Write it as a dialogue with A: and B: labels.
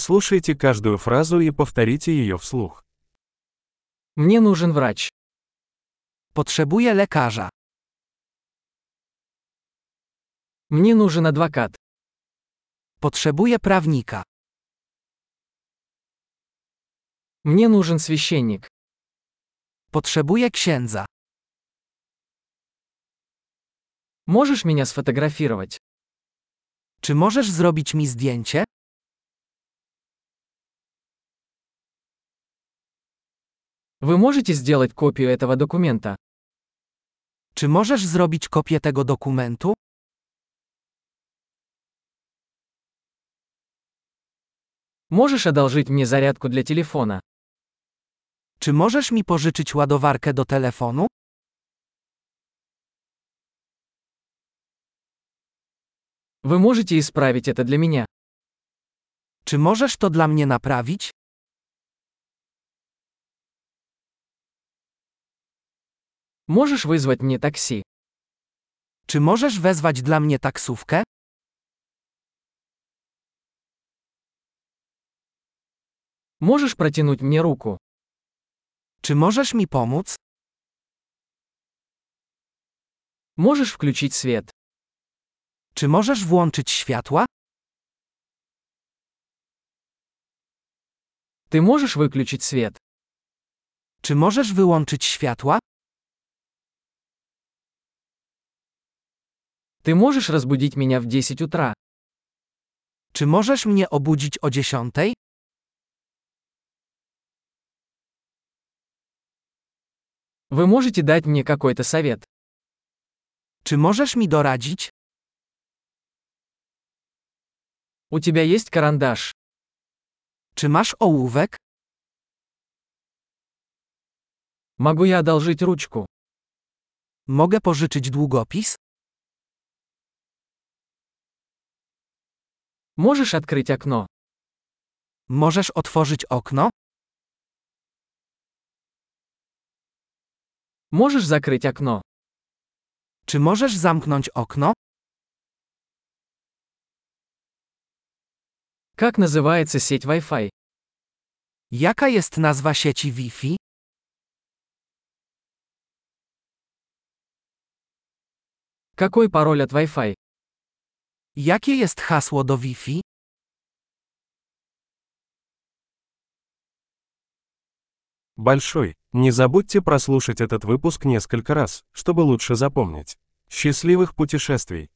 A: Прослушайте каждую фразу и powtarzajcie ее вслух.
B: Mnie нужен wracz. Potrzebuję lekarza. Mnie нужен adwokat. Potrzebuję prawnika. Mnie нужен священник. Potrzebuję księdza. Możesz mnie sfotografować? Czy możesz zrobić mi zdjęcie? Вы можете сделать копию этого документа? Czy możesz zrobić kopię tego dokumentu? Możesz одолжить мне зарядку для телефона? Czy możesz mi pożyczyć ładowarkę do telefonu? Вы можете исправить это для меня? Czy możesz to dla mnie naprawić? Możesz wyzwać mnie taksi? Czy możesz wezwać dla mnie taksówkę? Możesz протянуть mnie руку? Czy możesz mi pomóc? Możesz включить свет? Czy możesz włączyć światła? Ty możesz wyключить свет? Czy możesz wyłączyć światła? Ты можешь разбудить меня в 10 утра? Czy możesz mnie obudzić o 10? Вы можете дать мне какой-то совет? Czy możesz mi doradzić? У тебя есть карандаш? Czy masz ołówek? Могу я одолжить ручку? Mogę pożyczyć długopis? Możesz odkryć okno. Możesz otworzyć okno? Możesz zakryć okno. Czy możesz zamknąć okno? Jak называется sieć Wi-Fi? Jaka jest nazwa sieci Wi-Fi? Какой пароль от Wi-Fi? Jakie jest hasło do Wi-Fi?
A: Большой. Не забудьте прослушать этот выпуск несколько раз, чтобы лучше запомнить. Счастливых путешествий!